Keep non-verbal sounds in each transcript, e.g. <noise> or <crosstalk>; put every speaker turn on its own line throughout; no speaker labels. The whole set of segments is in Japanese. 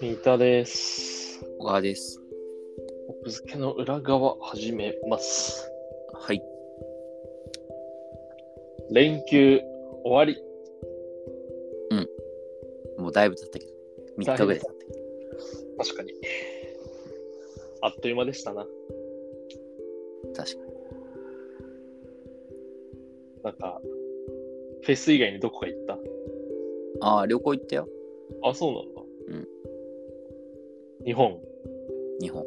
三田です。
小川です。
奥付けの裏側始めます。
はい。
連休終わり。
もうだいぶ経ったけど、3日ぐらい経ったけど。
確かに。あっという間でしたな。
確かに。
なんか、フェス以外にどこか行っ
ああ、旅行行ったよ。
たあ、そうなんだ。うん。日本、<laughs>
日本。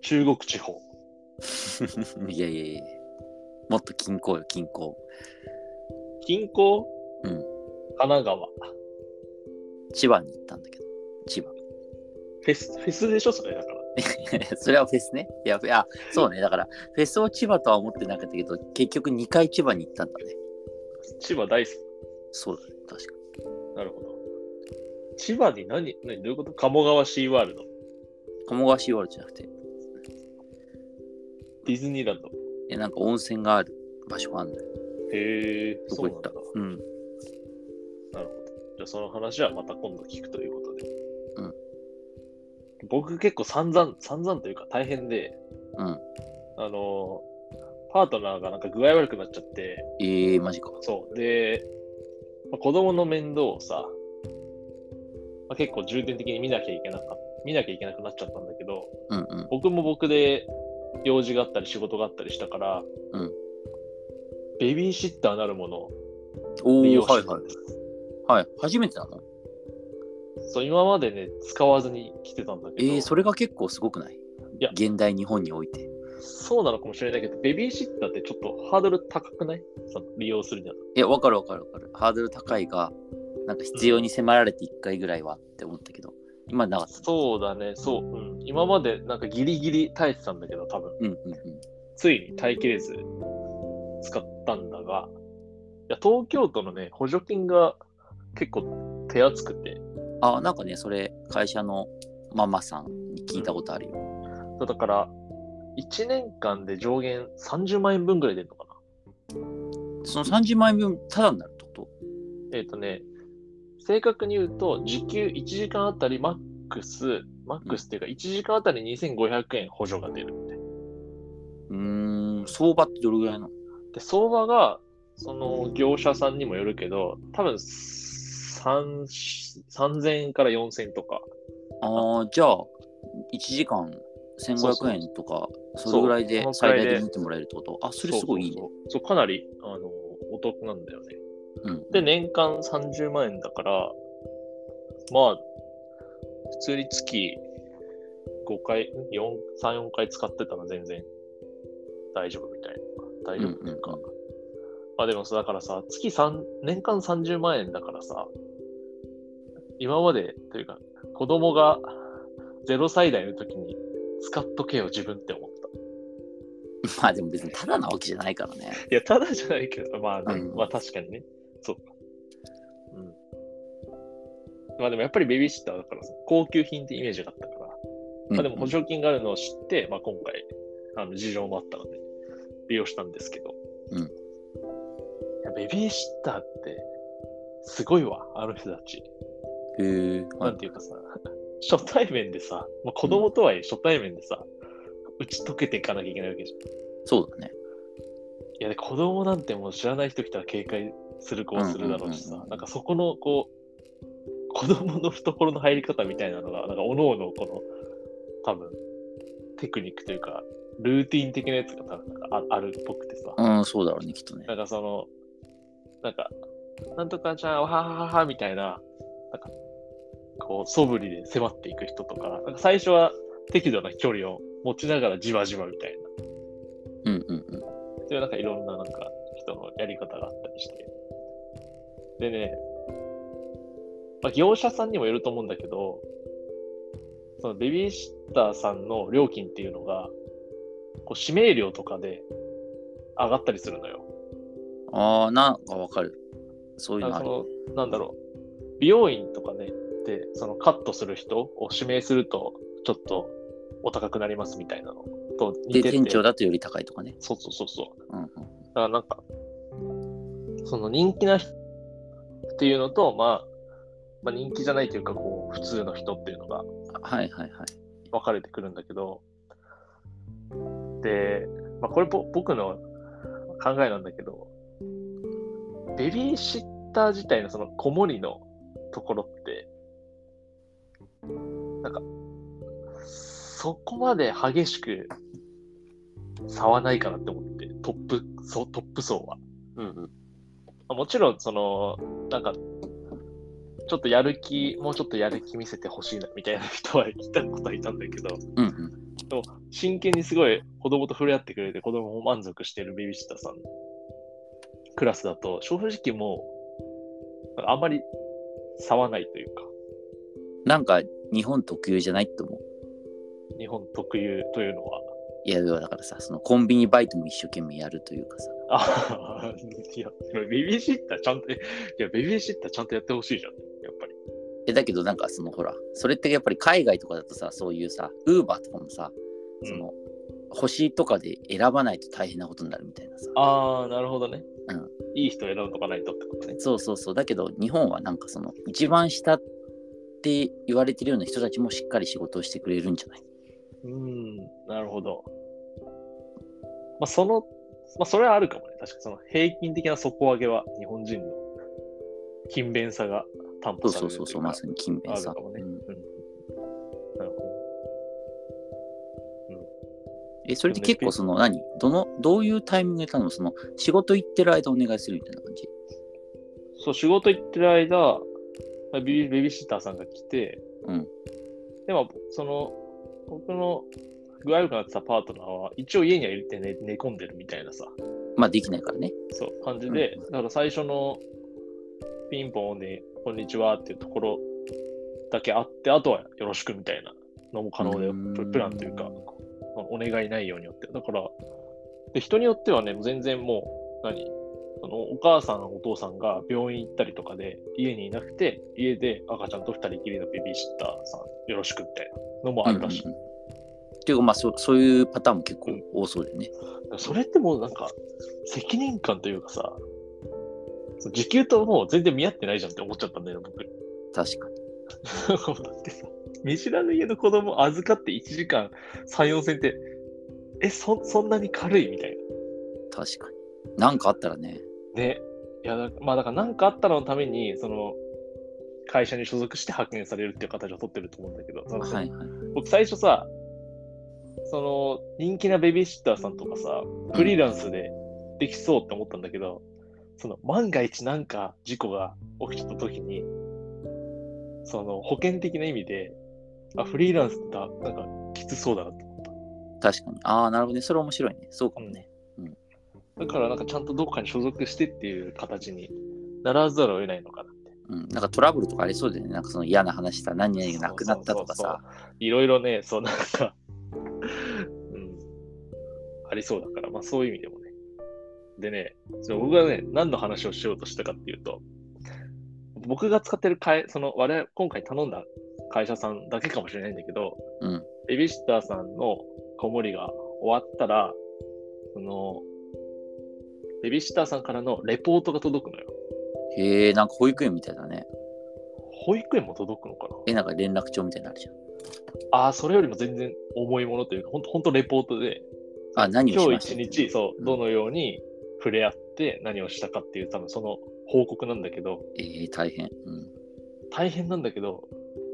中国地方。
いやいやいやもっと近郊よ、近郊。
近郊
うん。
神奈川。フ
千葉に行ったんだけど、千葉。 <laughs>
ェス、フェスでしょそれだから。
それはフェスね。いや、フェあ、そうね。だから、フェスを千葉とは思ってなかったけど、結局2回千葉に行ったんだね。
千葉大好
そうだね、確か
き。なるほど。千葉に何、何、どういうこと鴨川シーワールド。
に。鴨川シーワールドじゃなくて、
ディズニーランド。
えなんか温泉がある場所があるんだよ。
へえ、
ど
そう
こ
な
行
ん
った
だ。
うん。
なるほど。じゃあその話はまた今度聞くということで。
うん。
僕結構散々、散々というか大変で、
うん。
あのー、パートナーがなんか具合悪くなっちゃって、
ええー、マジか。
そう。で、まあ子供の面倒をさ、まあ、結構重点的に見なきゃいけなか見なきゃいけなくなっちゃったんだけど、
うんうん。
僕も僕で用事があったり仕事があったりしたから、
うん
ベビーシッターなるものを
お
利
ー、
用
は
し
い
てた
は
んです。
い。はい。初めてなの
そう今までね、使わずに来てたんだけど、
えー、それが結構すごくない
や
現代日本において。
そうなのかもしれないけど、ベビーシッターってちょっとハードル高くないその利用するには。
いや、わかるわかるわかる。ハードル高いが、なんか必要に迫られて1回ぐらいはって思ったけど、今なかった。
そうだね、そう。うん、今までなんかギリギリ耐えてたんだけど、多分
うんうんうん。
ついに耐えきれず使ったんだが、いや東京都のね、補助金が結構手厚くて、
あ、なんかね、それ、会社のママさんに聞いたことあるよ。
そうだから、1年間で上限30万円分ぐらい出るのか
その30万円分、ただになるってこ
な。えっ、とね、正確に言うと、時給1時間あたりマックス、マックスっていうか、1時間あたり2500円補助が出るみたいな。
とうーん、相場ってどれぐらいなの
で相場がその業者さんにもよるけど多分3 3000円から4000円とか
ああ、じゃあ、1時間1500円とか、それぐらいで
そうその
最
くらい
大
で
で見てもらえるってことあ、それすごいいいね
そう。そうそうそうかなりあのお得なんだよね
うん
で年間30万円だからまあ普通に月5回34回使ってたら全然大丈夫みたいな大丈夫っていうか、
うんう
まあでもさだからさ月3年間30万円だからさ今までというか子供が0歳代の時に使っとけよ自分って思った
まあでも別にただなわけじゃないからね。
いや、ただじゃないけど、まあね、
うん
まあ確かにね。そうか。うん。まあでもやっぱりベビーシッターだからさ、高級品ってイメージがあったから、まあでも補助金があるのを知って、まあ今回、あの事情もあったので、利用したんですけど。
うん
いやベビーシッターって、すごいわ、あの人たち。
うんへえ、は
ないんていうかさ、 <laughs> 初対面でさ、まあ子供とはいえ初対面でさ、打ち解けていかなきゃいけないわけじゃん。
そうだね。
いやで子供なんてもう知らない人来たら警戒する子はするだろうし
うんうん
さ
うんう、ん
なんかそこのこう、子供の懐の入り方みたいなのが、なんかおののこの、多分テクニックというか、ルーティン的なやつが多分なんかああるっぽくてさ、
うん、そうだろうね、きっとね。
なんかその、なんか、なんとかちゃん、わははははみたいな、なんか、こう、素振りで迫っていく人とか、なんか最初は適度な距離を持ちながらじわじわみたいな。
うんうんうん。
そういうなんかいろんななんか人のやり方があったりして。でね、まあ、業者さんにもよると思うんだけど、そのベビーシッターさんの料金っていうのが、こう指名料とかで上がったりするのよ。
ああ、なんかわかる。そうい
な
う
ん
の
か
あ
そ
る。
の、なんだろう、美容院とかね、で、そのカットする人を指名すると、ちょっとお高くなりますみたいなのと似
で、
てて。
店長だとより高いとかね。
そうそうそうそう。
うんうん、
だからなんか、その人気な人っていうのと、まあ、まあ、人気じゃないというか、こう、普通の人っていうのが
はいはいはい。
分かれてくるんだけど、で、まあ、これぼ僕の考えなんだけど、ベビーシッター自体のその子守のところって、なんか、そこまで激しく差はないかなって思って、トップ、そうトップ層は。
うんうん。
まあもちろん、その、なんか、ちょっとやる気、もうちょっとやる気見せてほしいなみたいな人はいたことはいたんだけど、
うんうん。
真剣にすごい子供と触れ合ってくれて子供も満足してるベビーシッターさんクラスだと正直もうあんまり差はないというか
なんか日本特有じゃないって思う。
日本特有というのはい
や、要はだからさ、そのコンビニバイトも一生懸命やるというかさ。
あいやベビーシッターちゃんといやベビーシッターちゃんとやってほしいじゃんやっぱり
え、だけどなんかそのほら、それってやっぱり海外とかだとさ、そういうさ、ウーバーとかもさ、その、星とかで選ばないと大変なことになるみたいなさ。
ああなるほどね、
うん
いい人選ぶとかないとってことね
そうそうそう。だけど日本はなんかその、一番下って言われてるような人たちもしっかり仕事をしてくれるんじゃない
うんなるほどまあそのまあそれはあるかもね確かにその平均的な底上げは日本人の勤勉さが担
そ
保
う
さ
そ
れ
う
る
そう
とい
そう、
か
まさに勤勉
あ
さ
るかも。ね
うん
なるほど
え、それで結構その何どの、どういうタイミングで頼むその、仕事行ってる間お願いするみたいな感じ
そう仕事行ってる間まあビビベビーシッターさんが来て、
うん
でもその僕の具合悪くなってたパートナーは一応家には入れて寝寝込んでるみたいなさ
まあできないからね。
そう感じで、
う
だから最初のピンポンで、こんにちはっていうところだけあって、あとはよろしくみたいなのも可能で
うーん、
ププランというか、お願いないようによって。だから、で人によってはね、全然もう、何そのお母さん、お父さんが病院行ったりとかで、家にいなくて、家で赤ちゃんと二人きりのベビーシッターさん、よろしくみたいなのもあるらしい。
うんうんうんっていうか、まあそ、そういうパターンも結構多そうだよね。
それってもうなんか、責任感というかさ、そう時給ともう全然見合ってないじゃんって思っちゃったんだよね、僕。 <laughs>
確かに。
だってさ、見知らぬ家の子供預かって1時間3、4戦って、え、そそんなに軽いみたい
確かに。なんかあったらね。
な。ね。いや、だまあだから何かあったらのために、その、会社に所属して派遣されるっていう形を取ってると思うんだけど、その
はいはい。
僕最初さ、その人気なベビーシッターさんとかさ、フリーランスでできそうって思ったんだけど、その万が一なんか事故が起きちゃった時に、その保険的な意味で、あ、フリーランスだ、なんかきつそうだなと思っ
確かに。ああ、なるほどね。それ面白いね。そうかもね。
た。だからなんかちゃんとどっかに所属してっていう形にならざるを得ないのかなって。
うん。なんかトラブルとかありそうだよね。なんかその嫌な話さ、何々がなくなったとか
そうそう
さ。
そうそう。いろいろね、そうなんか、うん、ありそうだから、まあそういう意味でもね。でね、その僕がね、何の話をしようとしたかっていうと、僕が使ってる会、その我々、今回頼んだ会社さんだけかもしれないんだけど、
うん。
ベビーシッターさんの子守が終わったら、その、ベビーシッターさんからのレポートが届くのよ。
へえ、なんか保育園みたいだね。
保育園も届くのかな
え、なんか連絡帳みたいになのあるじゃん。
ああ、それよりも全然重いものというか、ほんと、ほんとレポートで、
あ、何をし
今
ました
日一日、そう、どのように触れ合って何をしたかっていう、多分その報告なんだけど、
えー、大変。うん。
大変なんだけど、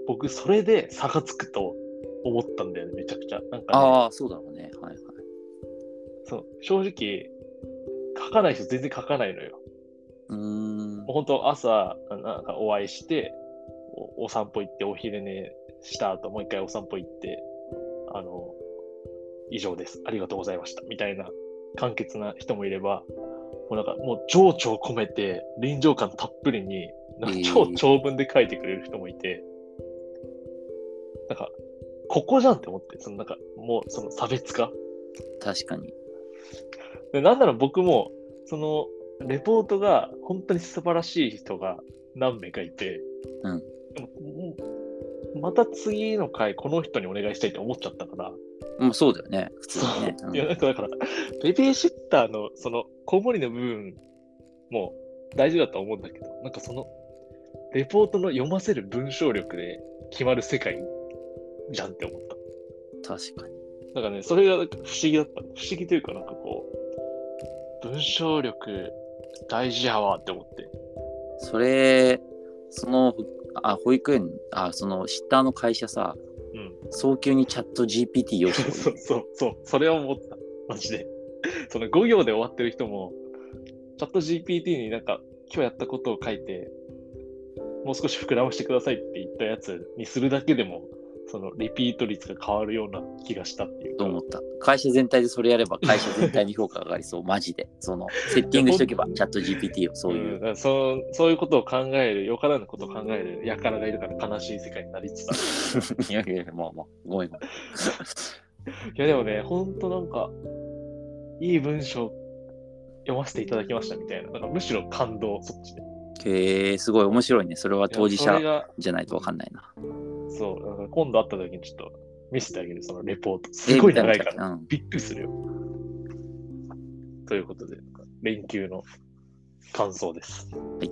僕、それで差がつくと思ったんだよね、めちゃくちゃ。なんか、ね、
ああ、そうだろうね。はいはい。
そう正直、書かない人全然書かないのよ。
うーん
もう。本当、朝、あなんかお会いしてお、お散歩行って、お昼寝した後、もう一回お散歩行って、あの、以上です。ありがとうございました。みたいな、簡潔な人もいれば、もうなんか、もう情緒を込めて、臨場感たっぷりに、なんか
えー
超長文で書いてくれる人もいて、なんか、ここじゃんって思って、そのなんか、もうその差別化
確かに。
でなんなら僕も、その、レポートが本当に素晴らしい人が何名かいて、
うん
でももうまた次の回、この人にお願いしたいって思っちゃったから、
もうそうだよね。普通
そう
にね。うん
いや、なんかだから、ベビーシッターのその、子守の部分も、大事だとは思うんだけど、なんかその、レポートの読ませる文章力で決まる世界じゃんって思った。
確かに。
なんかね、それがなんか不思議だった。不思議というか、なんかこう、文章力大事やわって思って。
それ、その、あ、保育園、あ、その、シッターの会社さ、
うん
早急にチャット GPT 用意し
<laughs>
て
そ
こ
うそうそう、それを思った。マジで。その5行で終わってる人も、チャット GPT になんか、今日やったことを書いて、もう少し膨らましてくださいって言ったやつにするだけでも、そのリピート率が変わるような気がしたっていう
い
か。
と思った。会社全体でそれやれば、会社全体に評価が上
<laughs>
がりそう、マジで。その、セッティングしとけば、チャット GPT を、そうい
ん
う。
だからそのそういうことを考える、よからぬことを考える、やからがいるから悲しい世界になりつつある。
いやいやいや、まあまあ、ごめんごめん。
いやでもね、ほんとなんか、いい文章読ませていただきましたみたいな。なんかむしろ感動、そっちで。
へえ、すごい面白いね。それは当事
いやそ
者
れが
じゃないとわかんないな。
そう、だから今度会った時にちょっと見せてあげる、そのレポート。すごい長いから、
ら。うん。
びっくりするよ。ということで、連休の感想です。
い